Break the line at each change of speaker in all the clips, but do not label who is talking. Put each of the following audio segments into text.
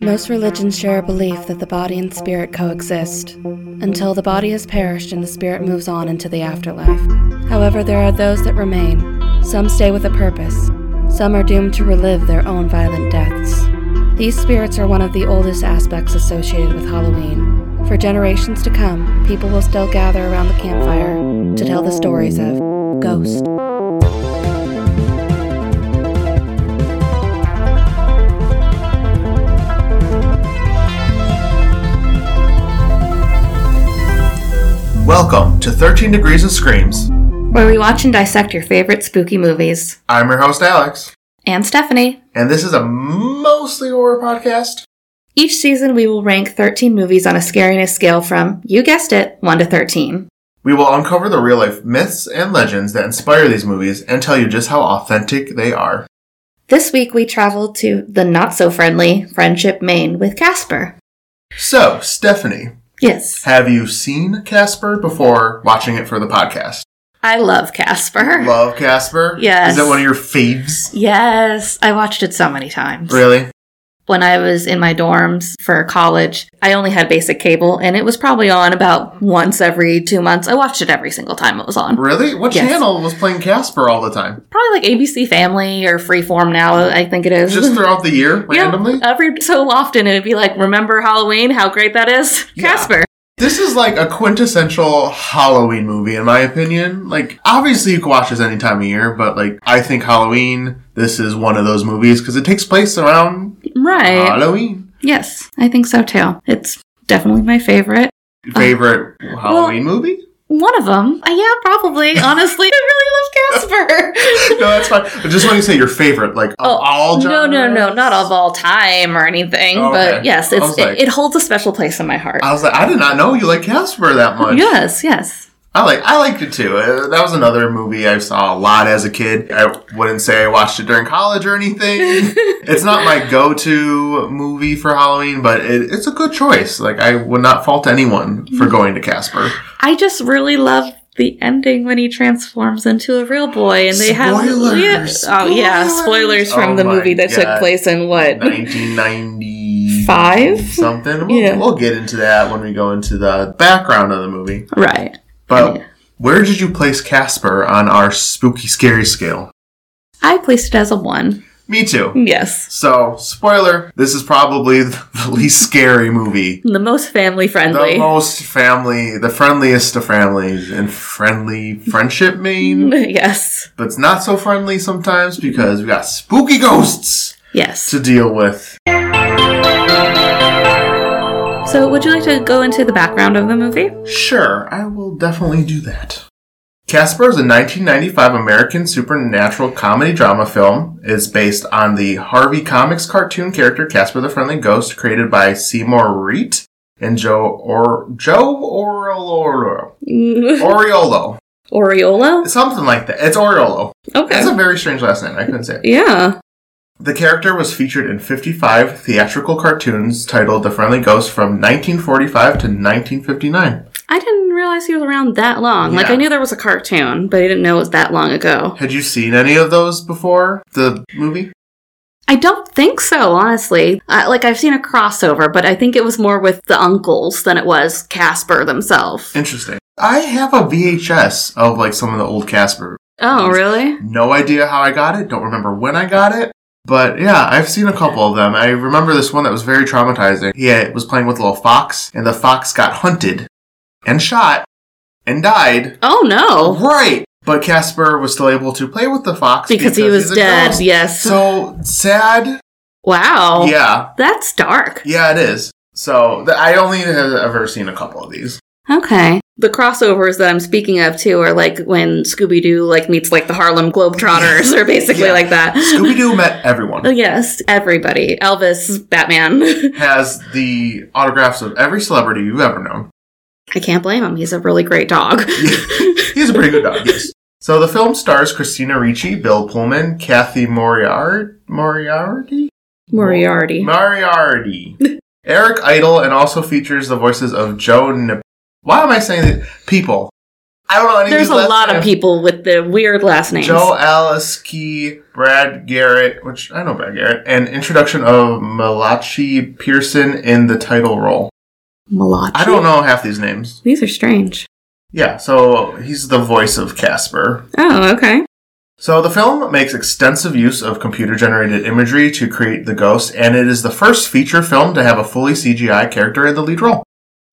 Most religions share a belief that the body and spirit coexist until the body has perished and the spirit moves on into the afterlife. However, there are those that remain. Some stay with a purpose. Some are doomed to relive their own violent deaths. These spirits are one of the oldest aspects associated with Halloween. For generations to come, people will still gather around the campfire to tell the stories of ghosts.
Welcome to 13 Degrees of Screams.
Where we watch and dissect your favorite spooky movies.
I'm your host, Alex,
And Stephanie.
and this is a mostly horror podcast.
Each season, we will rank 13 movies on a scariness scale from, you guessed it, 1 to 13.
We will uncover the real life myths and legends that inspire these movies and tell you just how authentic they are.
This week, we traveled to the not so friendly Friendship, Maine with Casper.
So, Stephanie,
Yes,
have you seen Casper before watching it for the podcast?
I love Casper.
Love Casper?
Yes.
Is it one of your faves?
yes, I watched it so many times.
Really?
When I was in my dorms for college, I only had basic cable, and it was probably on about once every two months. I watched it every single time it was on.
Really? What
Yes.
channel was playing Casper all the time?
Probably like ABC Family or Freeform now, I think it is.
Just throughout the year,
Yeah,
randomly?
every so often it would be like, remember Halloween? How great that is,
Yeah.
Casper.
This is like a quintessential Halloween movie, in my opinion. Like, obviously, you can watch this any time of year, but like, I think Halloween, this is one of those movies because it takes place around
Right.
Uh, Halloween.
yes, I think so too. It's definitely my favorite.
Favorite Halloween movie?
One of them. Uh, yeah, probably. Honestly, I really love Casper.
No, that's fine. But just when you say your favorite, like, of
Oh,
all
no,
genres?
no, no, not of all time or anything,
Oh,
but
okay.
yes,
I
it's,
was
it,
like-
it holds a special place in my heart.
I was like, I did not know you like Casper that much.
Yes, yes.
I like, I liked it too. Uh, That was another movie I saw a lot as a kid. I wouldn't say I watched it during college or anything. it's not my go-to movie for Halloween, but it, it's a good choice. Like, I would not fault anyone for
Mm-hmm.
going to Casper.
I just really love the ending when he transforms into a real boy, and they
Spoilers!
have oh yeah,
Spoilers!
spoilers from
Oh
the
my
movie that
God.
took place in what
1995
Five?
something. We'll,
Yeah.
we'll get into that when we go into the background of the movie.
Right.
But where did you place Casper on our spooky scary scale?
I placed it as a one.
Me too.
Yes.
So, spoiler, this is probably the least scary movie.
The most family
The
friendly.
most family, the friendliest of families, and friendly friendship
Mm-hmm.
main,
yes.
but it's not so friendly sometimes because we got spooky ghosts
Yes.
to deal with.
So, would you like to go into the background of the movie?
Sure, I will definitely do that. Casper is a 1995 American supernatural comedy drama film. It's based on the Harvey Comics cartoon character Casper the Friendly Ghost, created by Seymour Reet and Joe or Joe Oriolo. Oriolo,
Oriola?
something like that. It's Oriolo.
Okay.
That's a very strange last name. I couldn't say. It.
yeah.
The character was featured in 55 theatrical cartoons titled "The Friendly Ghost" from 1945 to 1959.
I didn't realize he was around that long. Like,
Yeah.
I knew there was a cartoon, but I didn't know it was that long ago.
Had you seen any of those before the movie?
I don't think so, honestly. I, like, I've seen a crossover, but I think it was more with the uncles than it was Casper themselves.
Interesting. I have a VHS of like some of the old Casper.
Oh, really?
No idea how I got it. Don't remember when I got it. But yeah, I've seen a couple of them. I remember this one that was very traumatizing. He uh, was playing with a little fox, and the fox got hunted and shot and died.
Oh, no.
Right. But Casper was still able to play with the fox
Because, he was
he's a
dead, Oh.
ghost.
yes.
So sad.
wow.
Yeah.
That's dark.
Yeah, it is. So th- I only have ever seen a couple of these.
Okay. The crossovers that I'm speaking of too are like when Scooby Doo like meets like the Harlem Globetrotters or basically
Yeah.
like that. Oh,
Scooby Doo met everyone.
Yes, everybody. Elvis, Batman.
Has the autographs of every celebrity you've ever known.
I can't blame him. He's a really great dog.
He's a pretty good dog, yes. So the film stars Christina Ricci, Bill Pullman, Kathy Moriarty, Moriarty,
Moriarty.
Moriarty, Eric Idle, and also features the voices of Joe. Nip- Why am I saying that? People. I don't know any
There's
of
a
these last
lot of
names.
people with the weird last names.
Joe Alice Key, Brad Garrett, which I know Brad Garrett, and introduction of Malachi Pearson in the title role.
Malachi.
I don't know half these names.
These are strange.
Yeah, so he's the voice of Casper.
Oh, okay.
So the film makes extensive use of computer generated imagery to create the ghost, and it is the first feature film to have a fully CGI character in the lead role.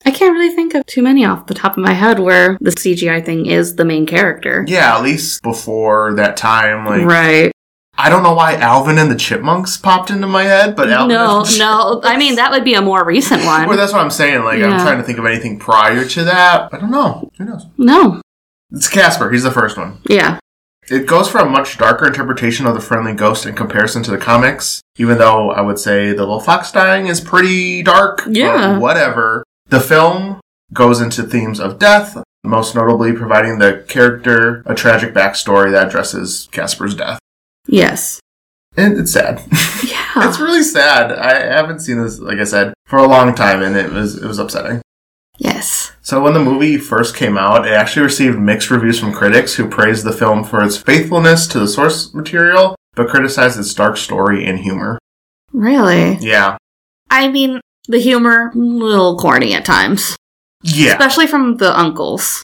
I can't really think of too many off the top of my head where the CGI thing is the main character.
Yeah, at least before that time, like
right.
I don't know why Alvin and the Chipmunks popped into my head, but Alvin
No,
and the
no. I mean, that would be a more recent one.
Well, that's what I'm saying. Like, I'm
Yeah.
trying to think of anything prior to that. I don't know. Who knows?
no.
It's Casper. He's the first one.
Yeah.
It goes for a much darker interpretation of the friendly ghost in comparison to the comics, even though I would say the little fox dying is pretty dark. but
Yeah.
whatever. The film goes into themes of death, most notably providing the character a tragic backstory that addresses Casper's death.
Yes.
And it's sad.
Yeah.
it's really sad. I haven't seen this, like I said, for a long time, and it was it was upsetting.
yes.
So when the movie first came out, it actually received mixed reviews from critics who praised the film for its faithfulness to the source material, but criticized its dark story and humor.
Really?
Yeah.
I mean, the humor, a little corny at times.
Yeah.
Especially from the uncles.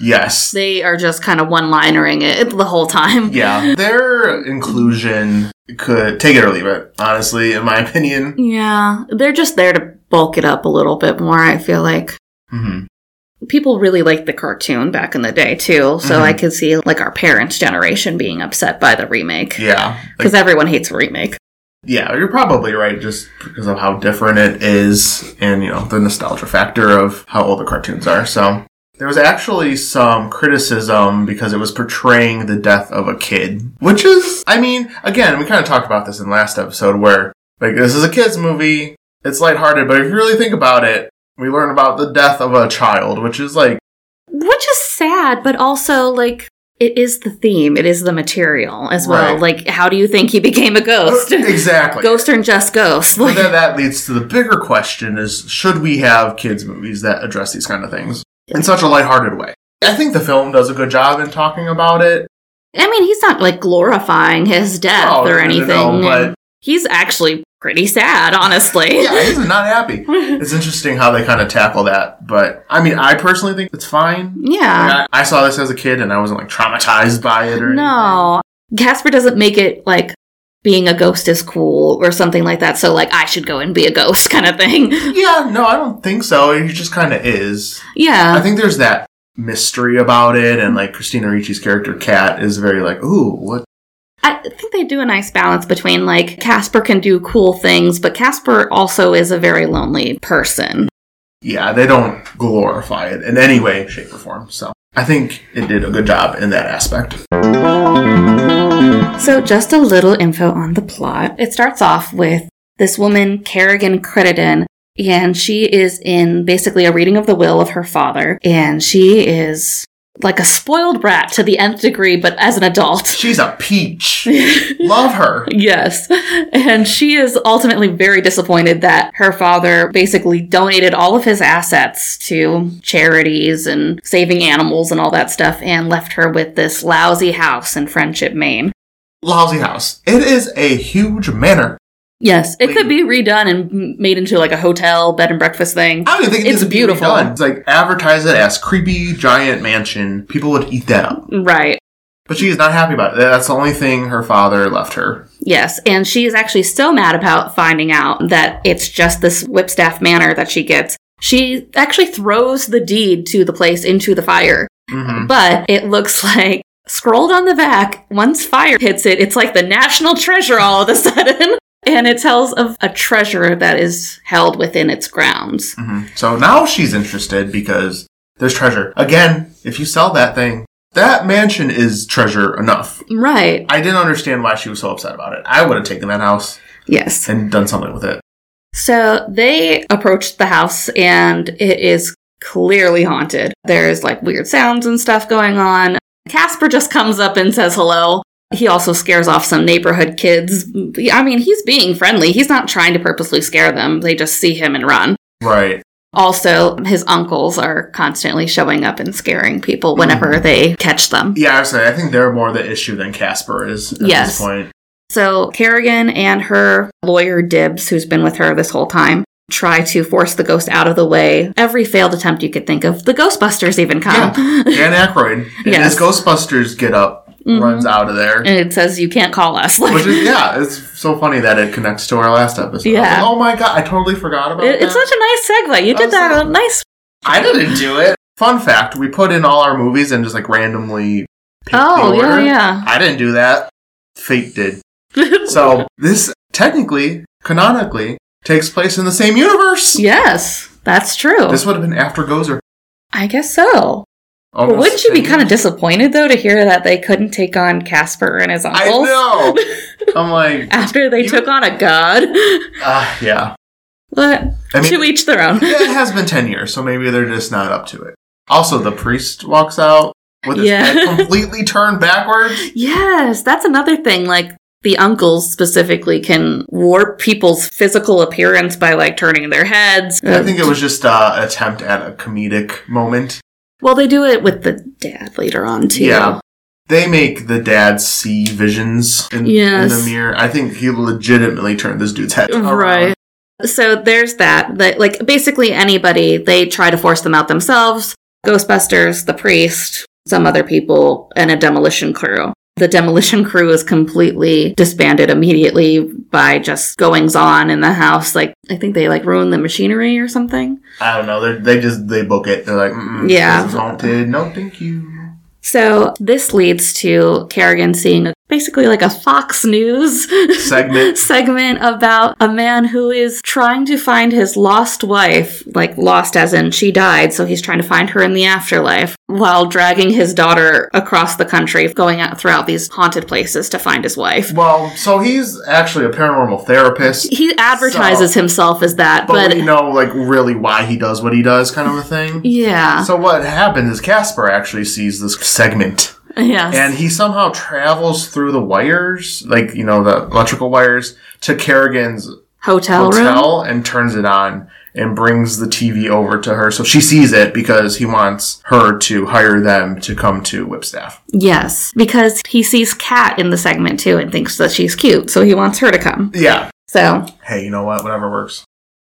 Yes.
They are just kind of one linering it the whole time.
Yeah. Their inclusion could take it or leave it, honestly, in my opinion.
Yeah. They're just there to bulk it up a little bit more, I feel like.
hmm
People really liked the cartoon back in the day too, so
Mhm.
I could see like our parents' generation being upset by the remake
Yeah. Like,
because everyone hates a remake.
yeah, you're probably right just because of how different it is and, you know, the nostalgia factor of how old the cartoons are. So there was actually some criticism because it was portraying the death of a kid, which is, I mean, again, we kind of talked about this in last episode where, like, this is a kid's movie. It's lighthearted, but if you really think about it, we learn about the death of a child, which is like,
Which is sad, but also like it is the theme, it is the material as well.
Right.
Like how do you think he became a ghost?
exactly.
ghost or just ghost?
But
Like,
then that leads to the bigger question is should we have kids movies that address these kind of things in such a lighthearted way? I think the film does a good job in talking about it.
I mean, he's not like glorifying his death
Oh,
or
no, no,
anything.
no, but-
he's actually pretty sad, honestly.
Yeah, he's not happy. It's interesting how they kind of tackle that, but I mean, I personally think it's fine.
yeah.
Like, I, I saw this as a kid and I wasn't like traumatized by it or anything.
No. Casper doesn't make it like being a ghost is cool or something like that. So, like, I should go and be a ghost kind of thing.
Yeah, no, I don't think so. He just kind of is. I
Yeah.
think there's that mystery about it, and like Christina Ricci's character Kat is very like, ooh, what?
I think they do a nice balance between like Casper can do cool things, but Casper also is a very lonely person.
yeah, they don't glorify it in any way, shape, or form. So I think it did a good job in that aspect.
So, just a little info on the plot. It starts off with this woman, Kerrigan Crittenden, and she is in basically a reading of the will of her father, and she is like a spoiled brat to the nth degree, but as an adult.
She's a peach. Love her.
Yes. And she is ultimately very disappointed that her father basically donated all of his assets to charities and saving animals and all that stuff and left her with this lousy house in Friendship, Maine.
Lousy house. It is a huge manor.
Yes, it could be redone and m- made into like a hotel, bed and breakfast thing.
I don't even think it
It's
needs to be
beautiful.
redone. It's like advertise it as creepy giant mansion. People would eat that up.
Right.
But she is not happy about it. That's the only thing her father left her.
Yes, and she is actually still mad about finding out that it's just this Whipstaff manor that she gets. She actually throws the deed to the place into the fire
hmm
Mm-hmm. but it looks like scrolled on the back once fire hits it it's like the national treasure all of a sudden and it tells of a treasure that is held within its grounds
hmm So now she's interested because there's treasure. Again, if you sell that thing, that mansion is treasure enough.
right
I didn't understand why she was so upset about it. I would have taken that house
yes
and done something with it.
so they approached the house and it is clearly haunted there's like weird sounds and stuff going on casper just comes up and says hello he also scares off some neighborhood kids i mean he's being friendly he's not trying to purposely scare them they just see him and run
Right.
Also, his uncles are constantly showing up and scaring people whenever
Mm-hmm.
they catch them.
Yeah, I was saying, I think they're more the issue than Casper is at
Yes.
this point.
So Kerrigan and her lawyer Dibs, who's been with her this whole time, try to force the ghost out of the way. Every failed attempt you could think of. The Ghostbusters even come.
Dan Aykroyd in
Yes. Mm-hmm.
his Ghostbusters get up runs out of there.
Mm. and it says you can't call us. Like,
Which is yeah, it's so funny that it connects to our last episode. I was
Yeah.
like, oh my god, I totally forgot about
it-
that.
it's such a nice segue. You
I
did
was
that
like-
on nice.
I didn't do it. Fun fact: we put in all our movies and just like randomly. picked
Oh
the
yeah,
order.
yeah.
I didn't do that. Fate did. So this technically, canonically, takes place in the same universe.
yes, that's true.
This would have been after Gozer.
I guess so. But
Almost
wouldn't you be
ten
kind of disappointed though to hear that they couldn't take on Casper and his
I
uncles
know. I'm like,
after they
You-
took on a god?
ah, yeah.
But
I mean,
to each their own.
yeah, it has been 10 years, so maybe they're just not up to it. Also, the priest walks out with his
Yeah.
head completely turned backwards.
Yes, that's another thing. Like the uncles specifically can warp people's physical appearance by like turning their heads.
I think it was just uh, attempt at a comedic moment.
Well, they do it with the dad later on too.
Yeah. They make the dad see visions in, in
Yes.
the mirror. I think he legitimately turned this dude's head around.
Right. So there's that. That like basically anybody they try to force them out themselves. Ghostbusters, the priest, some other people, and a demolition crew. The demolition crew is completely disbanded immediately by just goings on in the house. Like I think they like ruined the machinery or something.
I don't know. They're, they just they book it. They're like, Mm-mm,
Yeah.
this is haunted. No, thank you.
So this leads to Kerrigan seeing a, basically like a Fox News
Segment.
segment about a man who is trying to find his lost wife, like lost as in she died, so he's trying to find her in the afterlife, while dragging his daughter across the country, going out throughout these haunted places to find his wife.
Well, so he's actually a paranormal therapist.
He advertises himself as that,
but,
but,
we know like really why he does what he does kind of a thing
yeah,
so what happens is casper actually sees this segment
yes,
and he somehow travels through the wires like you know the electrical wires to kerrigan's
hotel, room.
hotel and turns it on and brings the tv over to her so she sees it because he wants her to hire them to come to whipstaff
Yes, because he sees Kat in the segment too and thinks that she's cute, so he wants her to come.
yeah
So,
hey you know what whatever works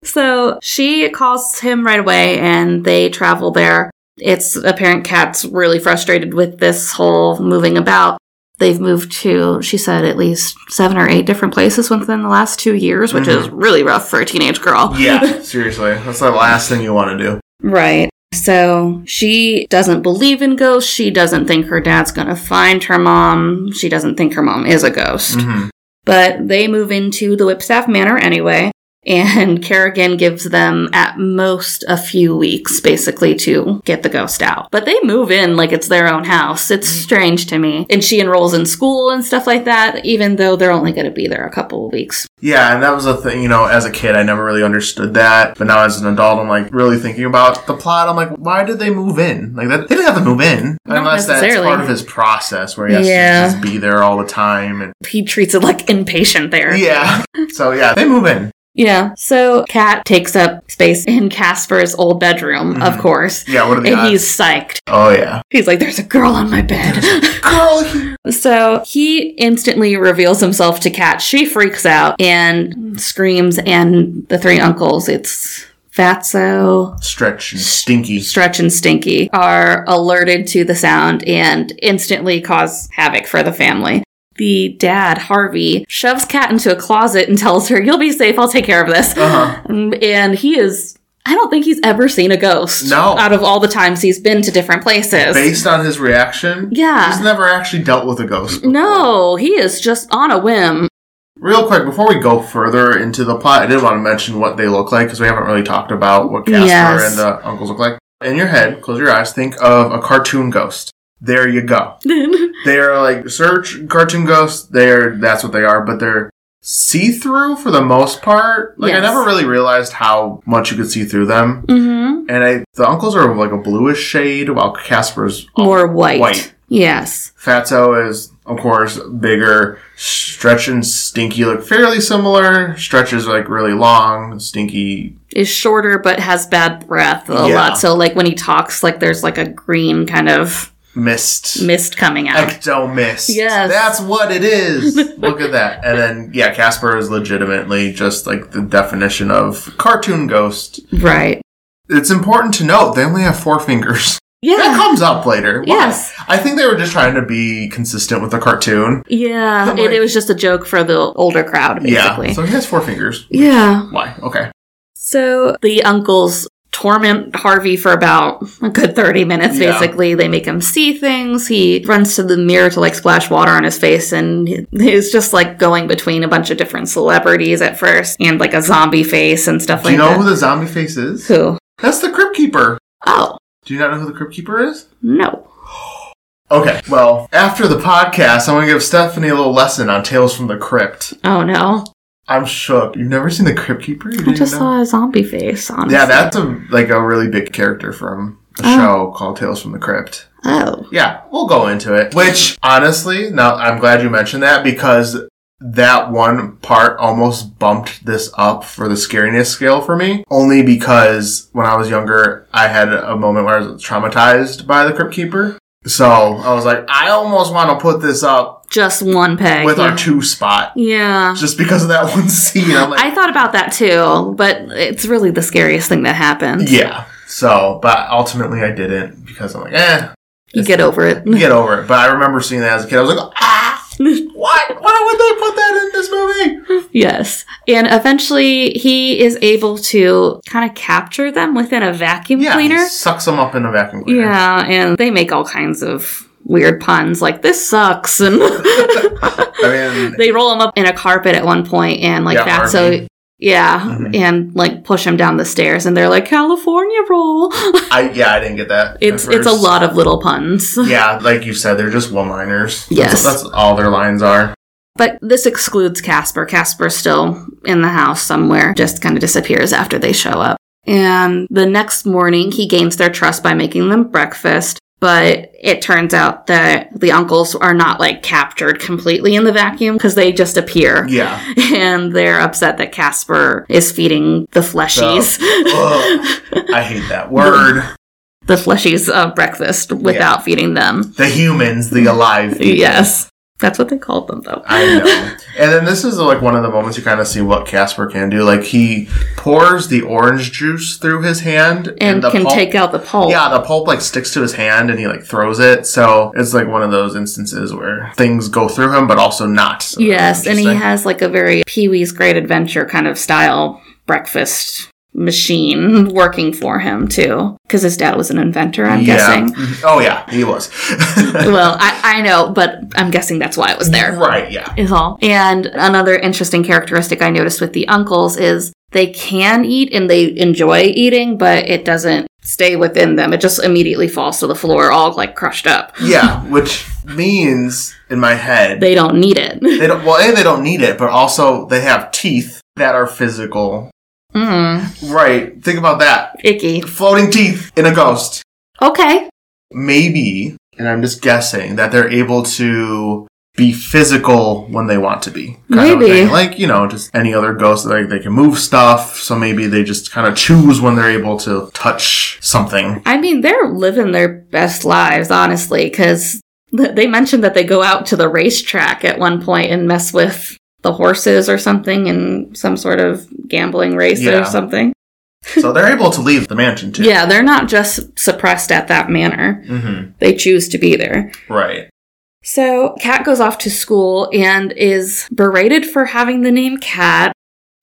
so she calls him right away and they travel there. It's apparent Kat's really frustrated with this whole moving about. They've moved to, she said, at least seven or eight different places within the last two years, which is really rough for a teenage girl.
yeah seriously that's the last thing you want to do
Right. So she doesn't believe in ghosts. She doesn't think her dad's going to find her mom. She doesn't think her mom is a ghost.
Mhm.
But they move into the Whipstaff Manor anyway, and Kerrigan gives them at most a few weeks basically to get the ghost out. But they move in like it's their own house. It's strange to me. And she enrolls in school and stuff like that, even though they're only going to be there a couple of weeks.
Yeah, and that was a thing, you know, as a kid, I never really understood that. But now as an adult, I'm like really thinking about the plot. I'm like, why did they move in? Like, that, they didn't have to move in.
Not
unless that's
necessarily.
part of his process where he has
Yeah.
to just be there all the time. And
He treats it like inpatient there.
Yeah. So, yeah, they move in.
Yeah. So Kat takes up space in Casper's old bedroom, of
Mhm.
course.
Yeah, what are the
And
odds?
he's psyched.
Oh, yeah.
He's like, there's a girl on my bed.
Girl, he-
So he instantly reveals himself to Kat. She freaks out and screams, and the three uncles, it's Fatso,
stretch and stinky.
Stretch, and Stinky, are alerted to the sound and instantly cause havoc for the family. The dad, Harvey, shoves Kat into a closet and tells her, You'll be safe, I'll take care of this.
Uh-huh.
Um, And he is. I don't think he's ever seen a ghost.
No.
Out of all the times he's been to different places.
Based on his reaction,
Yeah.
he's never actually dealt with a ghost. before.
No, he is just on a whim.
Real quick, before we go further into the plot, I did want to mention what they look like because we haven't really talked about what Casper
Yes.
and the uncles look like. In your head, close your eyes, think of a cartoon ghost. There you go. They are like search cartoon ghosts. They're that's what they are, but they're see through for the most part. Like
Yes.
I never really realized how much you could see through them.
hmm
And I, the uncles are of like a bluish shade, while Casper's
More white.
white.
Yes.
Fatso is, of course, bigger. Stretch and Stinky look fairly similar. Stretch is like really long. Stinky,
Is shorter but has bad breath a
Yeah.
lot. So like when he talks, like there's like a green kind of
mist.
mist coming out.
Ecto mist.
Yes.
That's what it is. Look at that. And then, yeah, Casper is legitimately just like the definition of cartoon ghost.
Right.
It's important to note they only have four fingers. That
Yeah.
comes up later. Why?
Yes.
I think they were just trying to be consistent with the cartoon.
Yeah.
I'm
It, it
like-
was just a joke for the older crowd,
Yeah.
basically.
So he has four fingers.
yeah.
Why? Okay.
So the uncles torment Harvey for about a good 30 minutes,
Yeah.
basically. They make him see things. He runs to the mirror to like splash water on his face, and he- he's just like going between a bunch of different celebrities at first and like a zombie face and stuff
Do
like
you know
that.
who the zombie face is?
Who?
That's the Crypt Keeper.
Oh,
Do you not know who the Crypt Keeper is?
no.
Okay, well, after the podcast, I'm going to give Stephanie a little lesson on Tales from the Crypt.
Oh, no.
I'm shook. You've never seen the Crypt Keeper? You
I
didn't
just
know?
saw a zombie face, honestly.
Yeah, that's a, like a really big character from a
Oh.
show called Tales from the Crypt.
Oh.
Yeah, we'll go into it. Which, honestly, now I'm glad you mentioned that because that one part almost bumped this up for the scariness scale for me. Only because when I was younger, I had a moment where I was traumatized by the Crypt Keeper. So I was like, I almost want to put this up
Just one peg.
with
yeah.
our two spot
yeah.
just because of that one scene. I'm like,
I thought about that too, but it's really the scariest thing that happens.
yeah. So, but ultimately I didn't because I'm like, eh,
You get over it.
you get over it. But I remember seeing that as a kid. I was like, ah, what? Why would they put that in this movie?
Yes. And eventually he is able to kind of capture them within a vacuum
yeah,
cleaner.
he sucks them up in a vacuum cleaner.
Yeah, and they make all kinds of weird puns like this sucks and
I mean,
they roll him up in a carpet at one point and like
Yeah,
that's so
Harvey.
yeah,
Mhm.
and like push him down the stairs and they're like California roll.
I yeah, I didn't get that. at
it's it's a
first.
lot of little puns.
Yeah, like you said, they're just one-liners.
Yes.
that's, that's all their lines are.
But this excludes Casper. Casper's still in the house somewhere, just kind of disappears after they show up. And the next morning, he gains their trust by making them breakfast. But it turns out that the uncles are not like captured completely in the vacuum because they just appear.
Yeah,
And they're upset that Casper is feeding the fleshies.
Oh. Ugh. I hate that word.
the fleshies uh, breakfast without feeding them.
the humans, the alive. people.
Yes. That's what they called them, though.
I know. And then this is like one of the moments you kind of see what Casper can do. Like he pours the orange juice through his hand,
And
the
can
pulp-
take out the pulp.
Yeah, the pulp like sticks to his hand and he like throws it. So it's like one of those instances where things go through him, but also not. So
Yes, and he
interesting.
has like a very Pee Wee's Great Adventure kind of style breakfast machine working for him too, because his dad was an inventor. I'm
yeah.
guessing.
Oh yeah, he was.
well, I, I know, but I'm guessing that's why it was there.
right. Yeah.
Is all. And another interesting characteristic I noticed with the uncles is they can eat and they enjoy eating, but it doesn't stay within them. It just immediately falls to the floor, all like crushed up.
Yeah, which means in my head they,
They don't need it.
don't. Well, a they don't need it, but also they have teeth that are physical.
mm,
Right. Think about that.
icky.
Floating teeth in a ghost.
Okay.
Maybe, and I'm just guessing that they're able to be physical when they want to be. kind of a
Maybe.
thing. like you know, just any other ghost, like they can move stuff. So maybe they just kind of choose when they're able to touch something.
I mean, they're living their best lives, honestly, because they mentioned that they go out to the racetrack at one point and mess with the horses or something in some sort of gambling race
Yeah.
or something.
so they're able to leave the mansion too.
Yeah, they're not just suppressed at that manner,
hmm
they choose to be there.
Right.
So, Kat goes off to school and is berated for having the name Kat.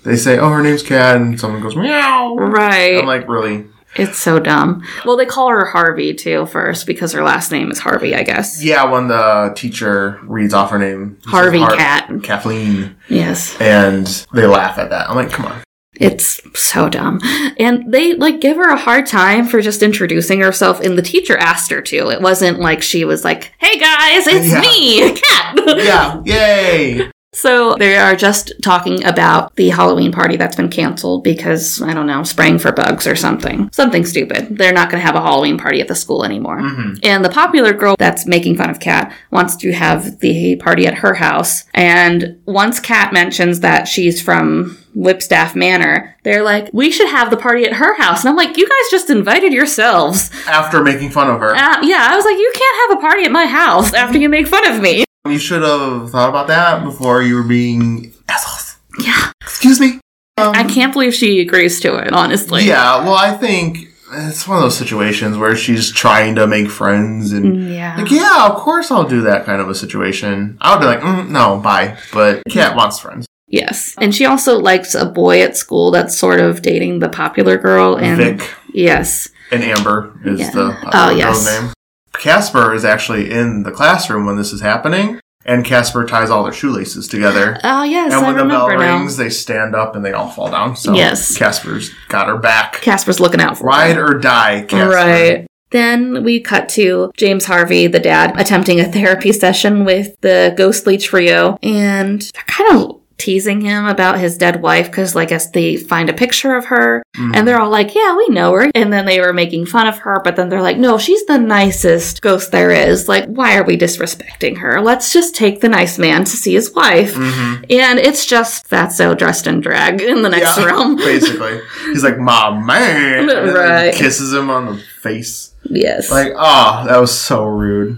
They say, "Oh, her name's Cat," and someone goes, "Meow."
Right.
I'm like, really?
it's so dumb. Well, they call her Harvey too first because her last name is Harvey, I guess.
Yeah, when the teacher reads off her name, he says,
Harvey
"Har-
Cat.
Kathleen,
Yes.
and they laugh at that. I'm like, come on.
It's so dumb. And they like give her a hard time for just introducing herself, and the teacher asked her to. It wasn't like she was like, hey guys, it's
Yeah.
me, Kat.
Yeah, yay!
So they are just talking about the Halloween party that's been canceled because, I don't know, spraying for bugs or something. Something stupid. They're not going to have a Halloween party at the school anymore.
hmm
And the popular girl that's making fun of Kat wants to have the party at her house. And once Kat mentions that she's from Whipstaff Manor, they're like, we should have the party at her house. And I'm like, you guys just invited yourselves.
After making fun of her,
Uh, yeah, I was like, you can't have a party at my house after you make fun of me.
you should have thought about that before you were being assholes.
Yeah.
Excuse me. Um,
I can't believe she agrees to it, honestly.
yeah. Well, I think it's one of those situations where she's trying to make friends and.
Yeah.
Like, yeah, of course I'll do that kind of a situation. I would be like, mm, no, bye. But Cat wants friends.
Yes. And she also likes a boy at school that's sort of dating the popular girl. And
Vic
yes.
and Amber is
Yeah.
the
Oh,
girl's
yes.
name. Casper is actually in the classroom when this is happening, and Casper ties all their shoelaces together.
Oh, yes.
and
I
when the bell
remember now.
rings, they stand up and they all fall down. So
Yes.
Casper's got her back.
Casper's looking out for
Ride
her.
or die, Casper.
Right. Then we cut to James Harvey, the dad, attempting a therapy session with the ghostly trio, and they're kind of teasing him about his dead wife because, like, as they find a picture of her,
Mhm.
and they're all like, "Yeah, we know her," and then they were making fun of her, but then they're like, "No, she's the nicest ghost there is. Like, why are we disrespecting her? Let's just take the nice man to see his wife."
Mhm.
And it's just Fatso dressed in drag in the next
Yeah,
room.
Basically. He's like, my man. and then
Right.
Kisses him on the face.
yes.
Like, ah, that was so rude.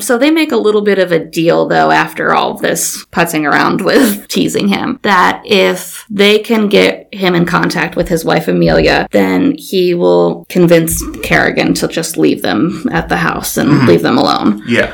So they make a little bit of a deal, though, after all this putzing around with teasing him, that if they can get him in contact with his wife Amelia, then he will convince Kerrigan to just leave them at the house and
Mhm.
leave them alone.
Yeah.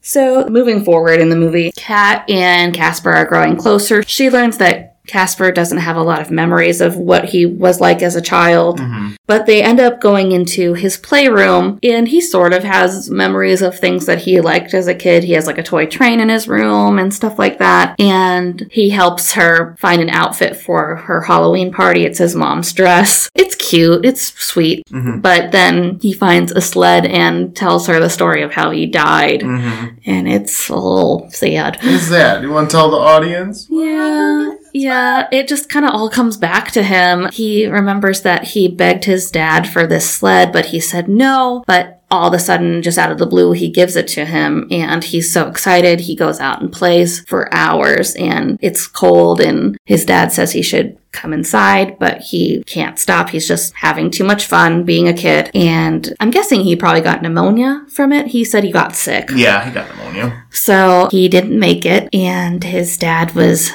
So moving forward in the movie, Kat and Casper are growing closer. She learns that Casper doesn't have a lot of memories of what he was like as a child.
hmm
But they end up going into his playroom, and he sort of has memories of things that he liked as a kid. He has like a toy train in his room and stuff like that. And he helps her find an outfit for her Halloween party. It's his mom's dress. It's cute, it's sweet.
Mhm.
But then he finds a sled and tells her the story of how he died,
Mm-hmm.
and it's a little sad.
Who's that? You want to tell the audience?
Yeah, yeah. It just kind of all comes back to him. He remembers that he begged his dad for this sled, but he said no. But all of a sudden, just out of the blue, he gives it to him, and he's so excited. He goes out and plays for hours, and it's cold, and his dad says he should come inside, but he can't stop. He's just having too much fun being a kid, and I'm guessing he probably got pneumonia from it. He said he got sick.
Yeah, he got pneumonia.
So he didn't make it, and his dad was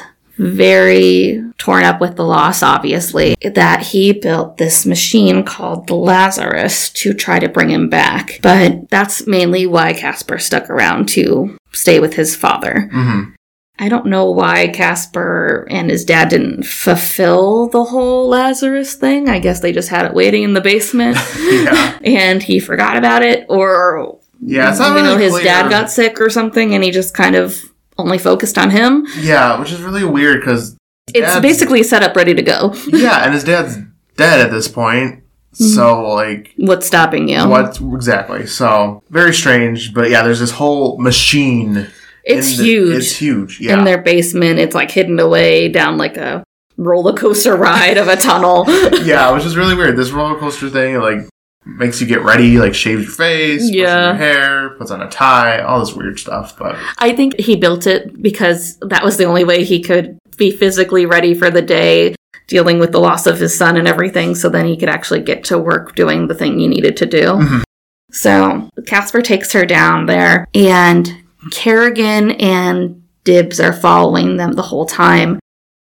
very torn up with the loss, obviously, that he built this machine called the Lazarus to try to bring him back. But that's mainly why Casper stuck around to stay with his father.
Mm-hmm.
I don't know why Casper and his dad didn't fulfill the whole Lazarus thing. I guess they just had it waiting in the basement.
Yeah.
And he forgot about it, or
Yeah, it's not
you know
really
his
clear.
dad got sick or something, and he just kind of only focused on him.
Yeah, which is really weird because
It's basically set up, ready to go.
yeah, and his dad's dead at this point.
Mm-hmm.
So like,
What's stopping you?
what exactly? So very strange, but yeah, there's this whole machine.
It's
in the-
huge
It's huge. Yeah.
in their basement. It's like hidden away down like a roller coaster ride of a tunnel.
yeah, which is really weird. This roller coaster thing like makes you get ready, like shave your face,
Yeah.
puts in your hair, puts on a tie, all this weird stuff. But
I think he built it because that was the only way he could be physically ready for the day, dealing with the loss of his son and everything, so then he could actually get to work doing the thing he needed to do.
Mhm.
So Casper takes her down there, and Kerrigan and Dibs are following them the whole time.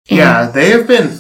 and
yeah, they have been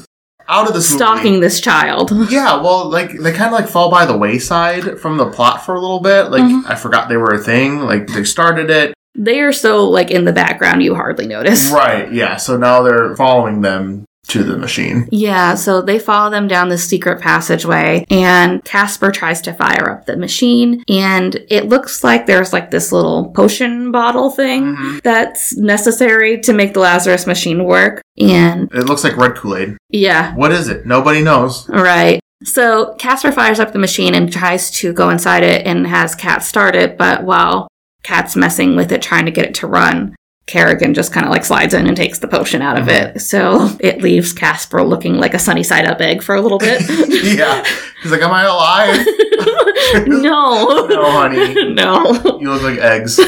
out of the
Stalking this child.
Yeah, well, like they kind of like fall by the wayside from the plot for a little bit. Like
Mhm.
I forgot they were a thing. Like they started it,
They are so like in the background you hardly notice.
right? Yeah. So now they're following them to the machine.
Yeah, so they follow them down this secret passageway, and Casper tries to fire up the machine, and it looks like there's like this little potion bottle thing
Mhm.
that's necessary to make the Lazarus machine work. And
It looks like red Kool Aid.
yeah,
What is it? Nobody knows.
right. So Casper fires up the machine and tries to go inside it and has Cat start it, but while Cat's messing with it, trying to get it to run, Kerrigan just kind of like slides in and takes the potion out of
Mm-hmm.
it. So it leaves Casper looking like a sunny side up egg for a little bit.
yeah. He's like, Am I alive?
no.
No, honey.
no.
You look like eggs.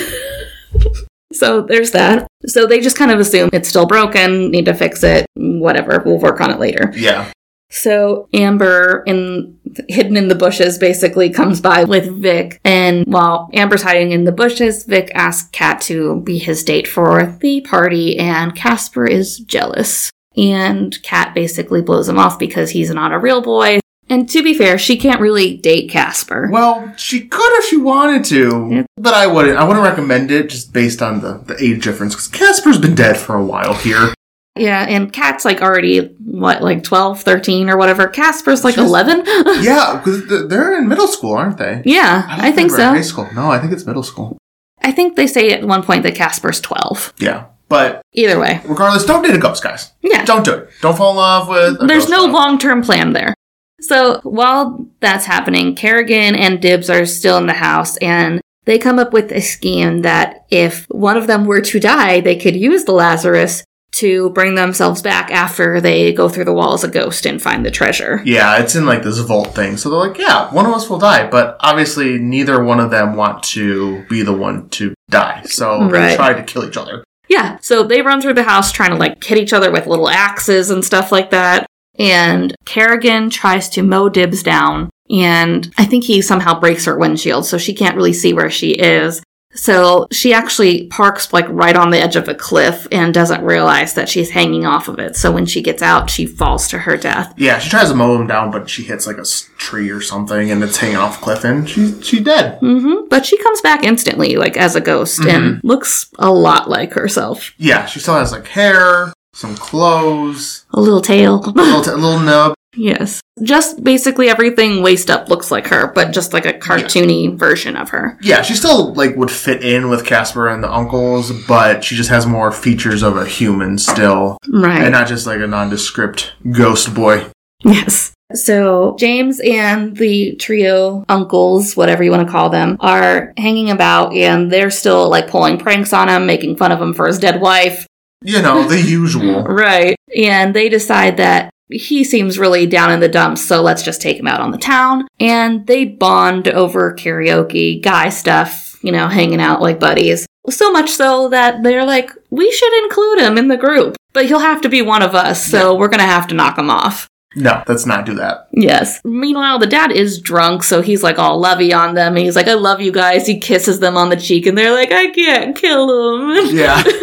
So there's that. So they just kind of assume it's still broken, need to fix it, whatever. We'll work on it later.
Yeah.
So Amber in hidden in the bushes basically comes by with Vic and while Amber's hiding in the bushes, Vic asks Kat to be his date for the party and Casper is jealous. And Kat basically blows him off because he's not a real boy. And to be fair, she can't really date Casper.
Well, she could if she wanted
Yeah.
to, but I wouldn't. I wouldn't recommend it just based on the, the age difference because Casper's been dead for a while here.
Yeah, and Cat's like already, what, like 12, 13 or whatever. Casper's like
She's-
11?
yeah, because they're in middle school, aren't they?
yeah,
don't
I, think
remember High
so.
school? No, I think it's middle school.
I think they say at one point that Casper's 12.
Yeah, but
Either way.
regardless, don't date a ghost, guys.
Yeah.
Don't do it. Don't fall in love with. a
There's
ghost
no
dog.
long term plan there. So while that's happening, Kerrigan and Dibs are still in the house and they come up with a scheme that if one of them were to die, they could use the Lazarus to bring themselves back after they go through the wall as a ghost and find the treasure.
Yeah, it's in like this vault thing. So they're like, yeah, one of us will die, but obviously neither one of them want to be the one to die. So they
Right.
try to kill each other.
Yeah, so they run through the house trying to like hit each other with little axes and stuff like that. And Kerrigan tries to mow Dibs down, and I think he somehow breaks her windshield, so she can't really see where she is. So she actually parks like right on the edge of a cliff and doesn't realize that she's hanging off of it. So when she gets out, she falls to her death.
Yeah, she tries to mow him down, but she hits like a s- tree or something, and it's hanging off a cliff, and she's she dead.
hmm But she comes back instantly, like as a ghost, and looks a lot like herself.
Yeah, she still has like hair, some clothes,
A little tail.
a little, t- a little nub.
Yes. Just basically everything waist up looks like her, but just like a cartoony version of her.
Yeah, she still like would fit in with Casper and the uncles, but she just has more features of a human still,
Right.
and not just like a nondescript ghost boy.
yes. So James and the trio uncles, whatever you want to call them, are hanging about and they're still like pulling pranks on him, making fun of him for his dead wife.
You know, the usual.
Right. And they decide that he seems really down in the dumps, so let's just take him out on the town. And they bond over karaoke, guy stuff, you know, hanging out like buddies. So much so that they're like, we should include him in the group, but he'll have to be one of us, so we're going to have to knock him off.
No, let's not do that.
Yes. Meanwhile, the dad is drunk, so he's like all lovey on them, and he's like, I love you guys. He kisses them on the cheek, and they're like, I can't kill him.
Yeah.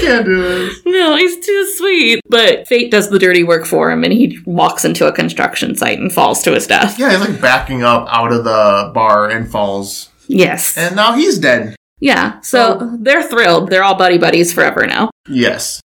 Can't do this.
No, he's too sweet. But fate does the dirty work for him and he walks into a construction site and falls to his death.
Yeah, he's like backing up out of the bar and falls.
Yes.
And now he's dead.
yeah. So they're thrilled. They're all buddy buddies forever now.
Yes.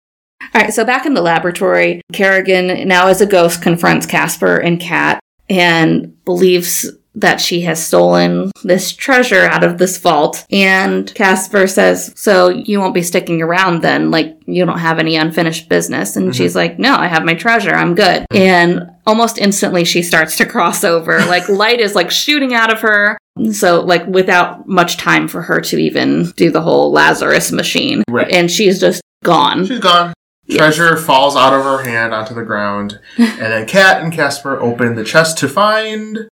All right. So back in the laboratory, Kerrigan, now as a ghost, confronts Casper and Kat and believes that she has stolen this treasure out of this vault. And Casper says, So you won't be sticking around then? Like, you don't have any unfinished business. And she's like, No, I have my treasure. I'm good. And almost instantly, she starts to cross over. Like, light is like shooting out of her. So, like, without much time for her to even do the whole Lazarus machine.
Right.
And she's just gone.
She's gone. Treasure falls out of her hand onto the ground. and then Kat and Casper open the chest to find.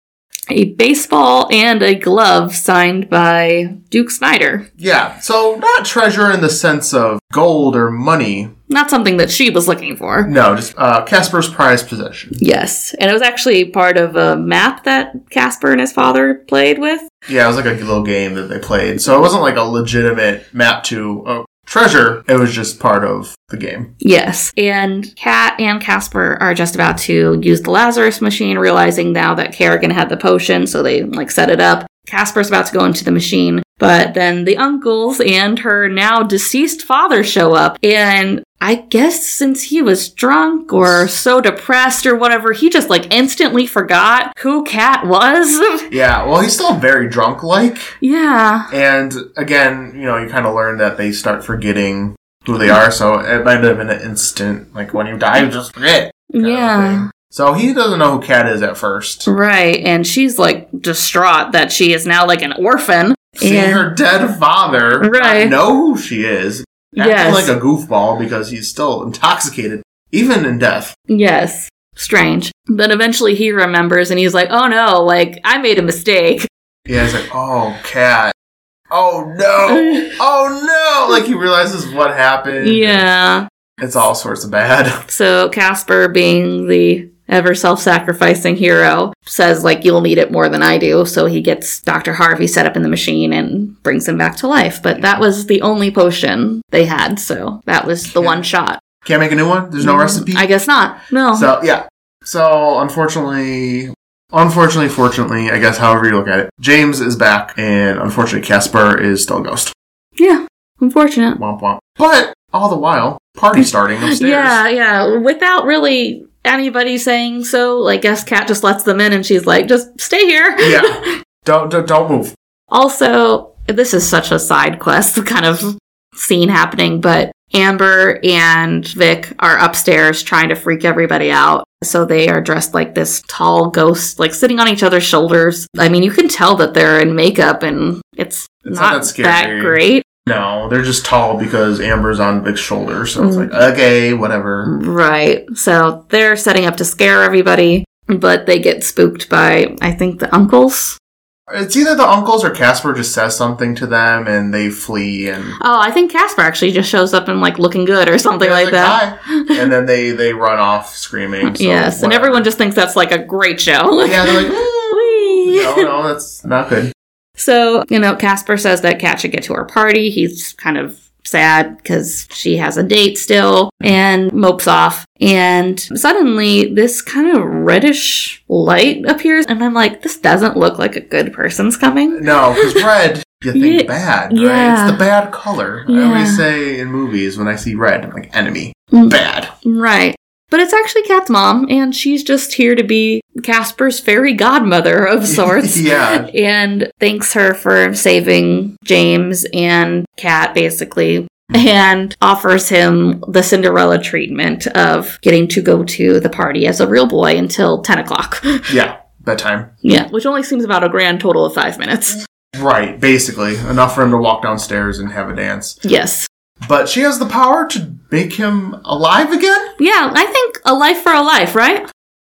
a baseball and a glove signed by Duke Snyder.
Yeah, so not treasure in the sense of gold or money.
Not something that she was looking for.
No, just uh, Casper's prized possession.
Yes. And it was actually part of a map that Casper and his father played with.
Yeah, it was like a little game that they played. So it wasn't like a legitimate map to uh, treasure, it was just part of the game.
Yes. And Kat and Casper are just about to use the Lazarus machine, realizing now that Kerrigan had the potion, so they like set it up. Casper's about to go into the machine, but then the uncles and her now deceased father show up. And I guess since he was drunk or so depressed or whatever, he just like instantly forgot who Kat was.
Yeah, well, he's still very drunk like.
yeah.
And again, you know, you kind of learn that they start forgetting who they are, so it might have been an instant, like when you die, you just forget. kind of
Yeah.
thing. So he doesn't know who Kat is at first.
Right. And she's like distraught that she is now like an orphan.
Seeing
Yeah.
her dead father, not
Right.
know who she is. acting
Yes.
like a goofball because he's still intoxicated, even in death.
Yes. Strange. But eventually he remembers and he's like, oh no, like, I made a mistake.
Yeah, he's like, oh, cat. Oh, no. Oh, no. Like, he realizes what happened.
yeah.
It's all sorts of bad.
So Casper, being the ever self sacrificing hero, says, like, you'll need it more than I do. So he gets Dr. Harvey set up in the machine and brings him back to life. But that was the only potion they had. So that was the
Yeah.
one shot. Mm-hmm.
Can't make a new one? There's no recipe?
I guess not. No.
So, yeah. So, unfortunately, unfortunately, fortunately, I guess, however you look at it, James is back, and unfortunately, Casper is still a ghost.
yeah. Unfortunate.
Womp womp. But, all the while, party starting upstairs.
Yeah, yeah. Without really anybody saying so, like, guess Kat just lets them in and she's like, just stay here.
Yeah. Don't, don't, don't move.
Also, this is such a side quest kind of scene happening, but Amber and Vic are upstairs trying to freak everybody out. So they are dressed like this tall ghost, like sitting on each other's shoulders. I mean, you can tell that they're in makeup and it's,
It's
not,
not that scary.
that great.
No, they're just tall because Amber's on Vic's shoulder, so it's like,
Mm.
okay, whatever.
Right. So they're setting up to scare everybody, but they get spooked by, I think, the uncles.
It's either the uncles or Casper just says something to them and they flee and
Oh, I think Casper actually just shows up and like looking good or something
Yeah,
like
like,
that.
and then they they run off screaming. So
yes, and
whatever.
everyone just thinks that's like a great show.
Yeah, they're like,
Whee!
no, no, that's not good.
So, you know, Casper says that Kat should get to her party. He's kind of sad because she has a date still and mopes off. And suddenly, this kind of reddish light appears. And I'm like, this doesn't look like a good person's coming.
No, because red, you think
Yeah,
bad, right?
yeah.
It's the bad color. I
Yeah.
always say in movies when I see red, I'm like enemy,
Mm.
bad.
Right. But it's actually Kat's mom, and she's just here to be Casper's fairy godmother of sorts.
yeah,
and thanks her for saving James and Kat, basically,
Mm-hmm.
and offers him the Cinderella treatment of getting to go to the party as a real boy until 10 o'clock.
yeah, bedtime.
yeah, which only seems about a grand total of five minutes.
Right, basically enough for him to walk downstairs and have a dance.
Yes.
But she has the power to make him alive again.
Yeah, I think a life for a life, right?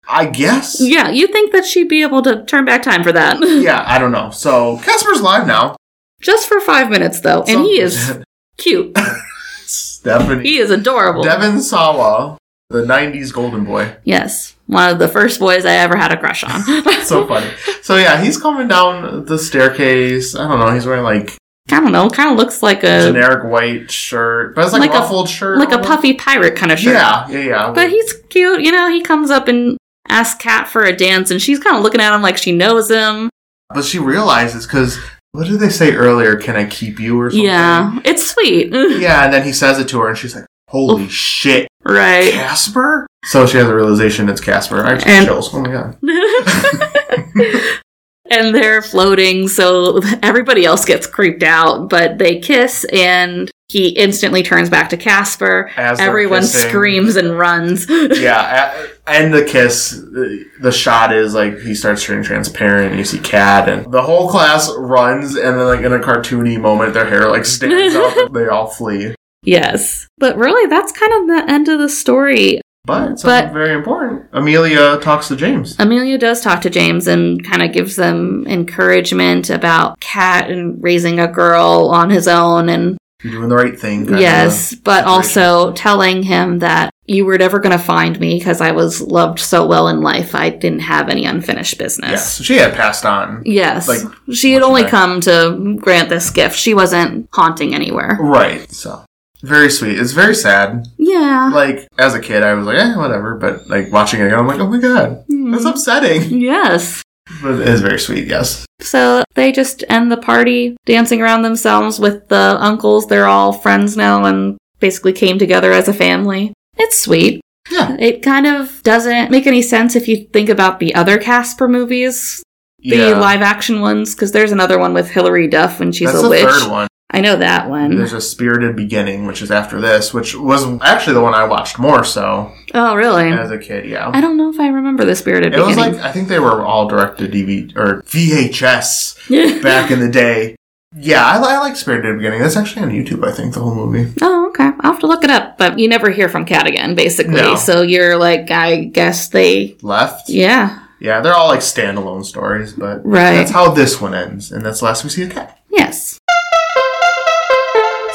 I guess.
Yeah, you think that she'd be able to turn back time for that.
Yeah, I don't know. So Casper's live now,
Just for five minutes, though. And he is cute.
Stephanie.
He is adorable.
Devin Sawa, the 90s golden boy.
yes, one of the first boys I ever had a crush on.
So funny. So yeah, he's coming down the staircase. I don't know. He's wearing like
I don't know. Kind of looks like a
generic white shirt, but it's like,
Like a-
ruffled shirt,
like a
almost.
puffy pirate kind of shirt.
Yeah, yeah, yeah.
But he's cute, you know. He comes up and asks Kat for a dance, and she's kind of looking at him like she knows him.
But she realizes because what did they say earlier? Can I keep you or something?
Yeah, it's sweet,
Yeah, and then he says it to her, and she's like, "Holy shit,
right?
Casper!" So she has a realization it's Casper. I just
And-
chills. Oh my god.
and they're floating, so everybody else gets creeped out. But they kiss, and he instantly turns back to Casper.
As they're
Everyone
kissing.
screams and runs.
yeah, a- and the kiss, the the shot is like he starts turning transparent, and you see Cat, and the whole class runs, and then like in a cartoony moment, their hair like stands up, and they all flee.
yes, but really, that's kind of the end of the story.
But something
But-
very important, Amelia talks to James.
Amelia does talk to James and kind of gives them encouragement about Kat and raising a girl on his own and
You're doing the right thing. kinda.
yes, but also telling him that you were never going to find me because I was loved so well in life. I didn't have any unfinished business.
Yes, she had passed on.
Yes.
Like,
she had
much
only
back.
come to grant this gift. She wasn't haunting anywhere.
Right. So very sweet. It's very sad.
Yeah.
Like as a kid, I was like, eh, whatever. But like watching it, again, I'm like, oh my god, that's
Mm.
upsetting.
Yes.
But it is very sweet. Yes.
So they just end the party dancing around themselves with the uncles. They're all friends now and basically came together as a family. It's sweet.
Yeah.
It kind of doesn't make any sense if you think about the other Casper movies, the
yeah.
live action ones, because there's another one with Hilary Duff when she's
That's
a
the
witch.
third one.
I know that one.
There's a spirited beginning, which is after this, which was actually the one I watched more so
Oh, really?
as a kid. Yeah,
I don't know if I remember the spirited
it was
beginning.
like I think they were all direct to DVD or VHS back in the day. Yeah, I, I like Spirit at the beginning. That's actually on YouTube, I think, the whole movie.
Oh, okay. I'll have to look it up. But you never hear from Cat again, basically.
No.
So you're like, I guess they.
Left.
Yeah.
Yeah, they're all like standalone stories, but
Right.
that's how this one ends, and that's the last we see of Cat.
Yes.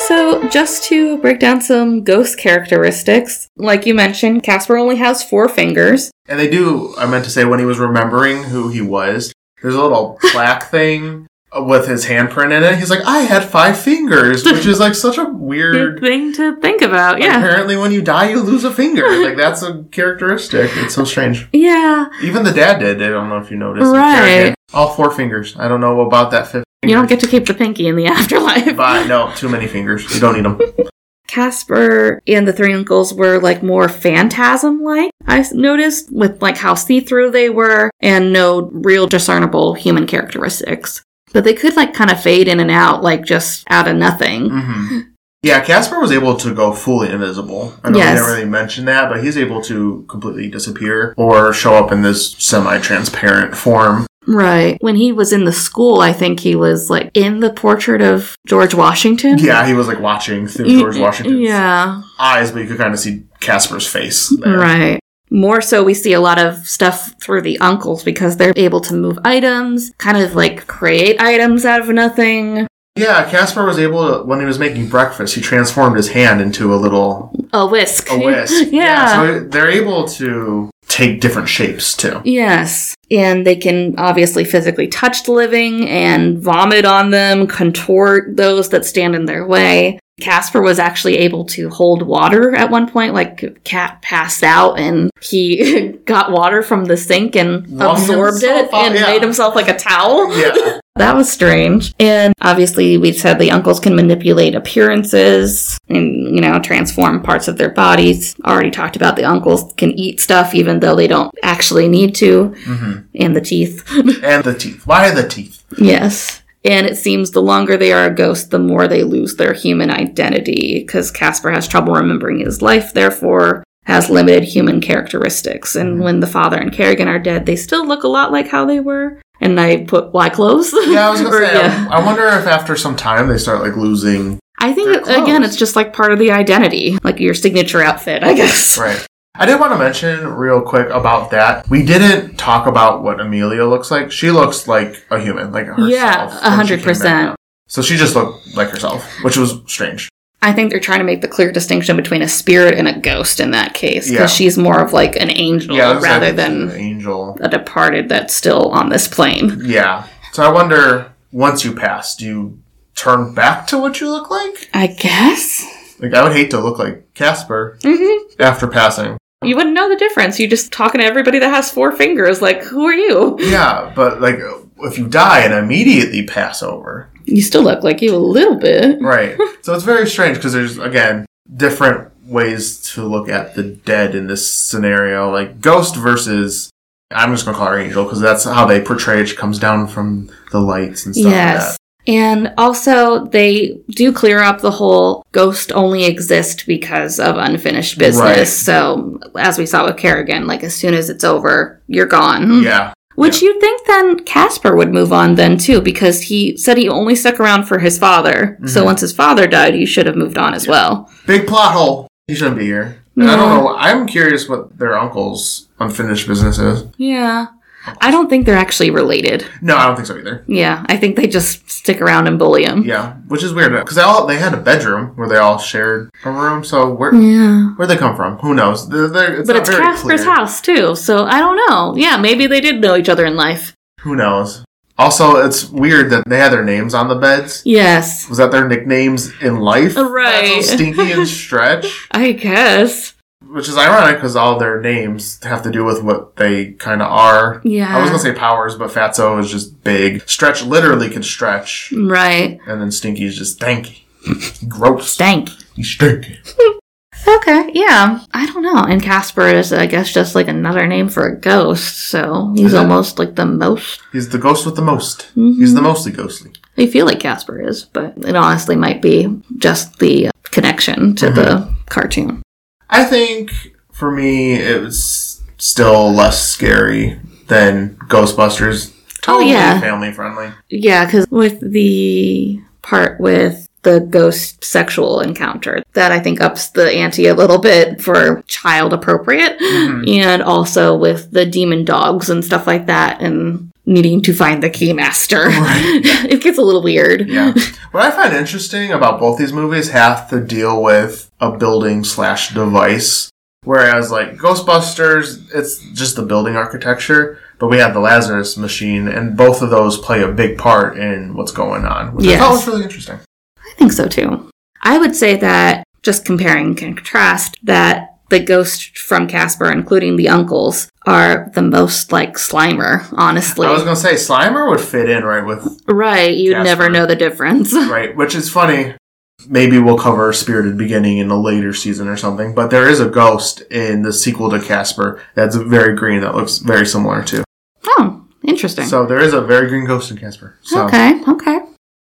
So, just to break down some ghost characteristics, like you mentioned, Casper only has four fingers.
And they do, I meant to say, when he was remembering who he was, there's a little plaque thing uh, with his handprint in it. He's like, I had five fingers, which is like such a weird.
thing to think about,
Apparently, when you die, you lose a finger. Like, that's a characteristic. It's so strange.
Yeah.
Even the dad did. I don't know if you noticed.
Right.
All four fingers. I don't know about that fifth
You don't get to keep the pinky in the afterlife.
But no, too many fingers. You don't need them.
Casper and the three uncles were like more phantasm like, I s- noticed, with like how see through they were and no real discernible human characteristics. But they could like kind of fade in and out, like just out of nothing.
hmm Yeah, Casper was able to go fully invisible. I know
Yes.
we didn't really mention that, but he's able to completely disappear or show up in this semi transparent form.
Right. When he was in the school, I think he was like in the portrait of George Washington.
Yeah, he was like watching through
Y-
George Washington's
Yeah.
eyes, but you could kind of see Casper's face there.
Right. More so, we see a lot of stuff through the uncles because they're able to move items, kind of like create items out of nothing.
Yeah, Casper was able to, when he was making breakfast, he transformed his hand into a little
A whisk.
a whisk.
yeah.
So they're able to take different shapes too.
Yes. And they can obviously physically touch the living and vomit on them, contort those that stand in their way. Casper was actually able to hold water at one point. Like, Cat passed out and he got water from the sink and
Wrung
absorbed it
himself up,
and
yeah.
made himself like a towel.
Yeah.
That was strange. And obviously, we said the uncles can manipulate appearances and, you know, transform parts of their bodies. Already talked about the uncles can eat stuff even though they don't actually need to.
hmm
And the teeth.
And the teeth. Why the teeth?
yes. And it seems the longer they are a ghost, the more they lose their human identity because Casper has trouble remembering his life, therefore has limited human characteristics.
Mm-hmm.
And when the father and Kerrigan are dead, they still look a lot like how they were. And I put Y clothes.
Yeah, I was gonna
Or,
say.
yeah.
I, I wonder if after some time they start like losing
I think
They're
it- again,
clothes.
it's just like part of the identity, like your signature outfit, I guess.
Right. I did want to mention real quick about that. We didn't talk about what Amelia looks like. She looks like a human, like herself.
Yeah,
when she
100%.
came in. So she just looked like herself, which was strange.
I think they're trying to make the clear distinction between a spirit and a ghost in that case, because
Yeah.
she's more of like an angel
Yeah, it was
rather
like
than
an angel.
a departed that's still on this plane.
Yeah. So I wonder, once you pass, do you turn back to what you look like?
I guess
Like I would hate to look like Casper
Mhm.
after passing.
you wouldn't know the difference. You're just talking to everybody that has four fingers. Like, who are you?
Yeah, but like if you die and immediately pass over,
You still look like you a little bit.
Right. So it's very strange because there's again different ways to look at the dead in this scenario, like ghost versus I'm just gonna call her angel because that's how they portray it. She comes down from the lights and stuff.
Yes. And also, they do clear up the whole ghost only exist because of unfinished business.
Right.
So, as we saw with Kerrigan, like as soon as it's over, you're gone.
Like that. Yeah.
Which you'd think then Casper would move on then too, because he said he only stuck around for his father. So
Mhm.
once his father died, he should have moved on as well.
Big plot hole. He shouldn't be here. And I
Yeah.
don't know. I'm curious what their uncle's unfinished business is.
Yeah. I don't think they're actually related.
No, I don't think so either.
Yeah, I think they just stick around and bully him.
Yeah, which is weird because they all they had a bedroom where they all shared a room. So where
Yeah.
where they come from? Who knows? They're, they're, it's
Mm. But
not
it's
very
Casper's
clear.
house too, so I don't know. Yeah, maybe they did know each other in life.
Who knows? Also, it's weird that they had their names on the beds.
Yes.
Was that their nicknames in life?
Right.
That's so stinky and stretch,
I guess.
which is ironic because all their names have to do with what they kind of are.
Yeah.
I was gonna say powers, but Fatso is just big. Stretch literally can stretch,
Right.
and then Stinky is just stanky, gross,
Stank.
He's stinky.
Okay, yeah. I don't know. And Casper is, I guess, just like another name for a ghost, so he's
Yeah.
almost like the most. Mm-hmm.
He's the ghost with the most. He's the mostly ghostly.
I feel like Casper is, but it honestly might be just the connection
Mm-hmm.
to the cartoon.
I think for me, it was still less scary than Ghostbusters.
Oh, yeah.
family friendly.
Yeah, because with the part with the ghost sexual encounter that I think ups the ante a little bit for child appropriate
Mhm.
and also with the demon dogs and stuff like that and needing to find the key master.
Right.
it gets a little weird.
Yeah. what I find interesting about both these movies have to deal with a building slash device. Whereas, like, Ghostbusters, it's just the building architecture, but we have the Lazarus machine, and both of those play a big part in what's going on, which I thought was
Yes.
really interesting.
I think so too. I would say that just comparing and contrast that the ghosts from Casper, including the uncles, are the most like Slimer, honestly.
I was going to say, Slimer would fit in right with,
right, you'd
Casper.
never know the difference.
right, which is funny. Maybe we'll cover Spirited Beginning in a later season or something, but there is a ghost in the sequel to Casper that's very green that looks very similar to.
Oh, interesting.
So there is a very green ghost in Casper. So.
Okay, okay.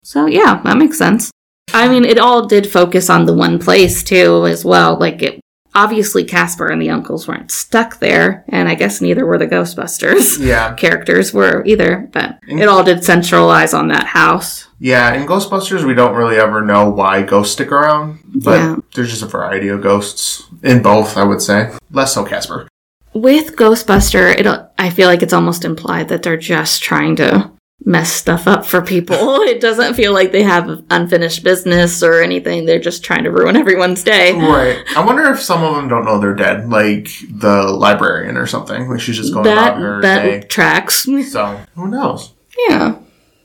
So yeah, that makes sense. I mean, it all did focus on the one place too, as well. Like it obviously Casper and the uncles weren't stuck there, and I guess neither were the Ghostbusters
Yeah,
characters were either, but
Mm.
it all did centralize on that house.
yeah. In Ghostbusters, we don't really ever know why ghosts stick around, but
Yeah.
there's just a variety of ghosts in both. I would say less so Casper.
With Ghostbuster, it I feel like it's almost implied that they're just trying to mess stuff up for people. it doesn't feel like they have unfinished business or anything. They're just trying to ruin everyone's day.
Right. I wonder if some of them don't know they're dead, like the librarian or something. Like she's just going
that
about her
that
day.
tracks.
So who knows?
Yeah.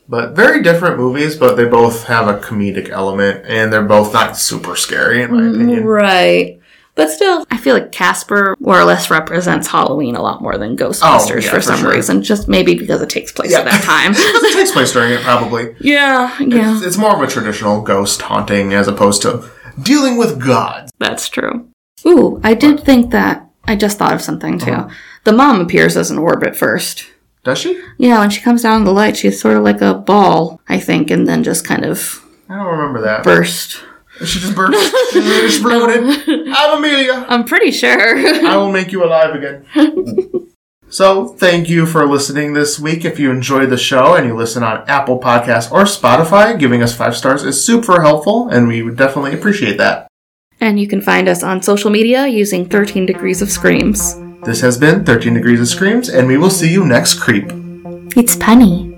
But very different movies, but they both have a comedic element, and they're both not super scary in my opinion.
Right. But still, I feel like Casper more or less represents Halloween a lot more than Ghostbusters
Oh, yeah,
for
for
some
sure.
reason. Just maybe because it takes place
Yeah.
at that time.
it takes place during it, probably.
yeah, yeah,
It's, it's more of a traditional ghost haunting as opposed to dealing with gods.
that's true. Ooh, I did think that. I just thought of something too.
Uh-huh.
The mom appears as an orb at first.
Does she?
Yeah, when she comes down the light, she's sort of like a ball, I think, and then just kind of
I don't remember that.
burst.
She just burst. she just brooded. I'm Amelia.
I'm pretty sure.
I will make you alive again. so, thank you for listening this week. If you enjoyed the show and you listen on Apple Podcasts or Spotify, giving us five stars is super helpful, and we would definitely appreciate that.
and you can find us on social media using 13 Degrees of Screams.
This has been 13 Degrees of Screams, and we will see you next creep.
It's Penny.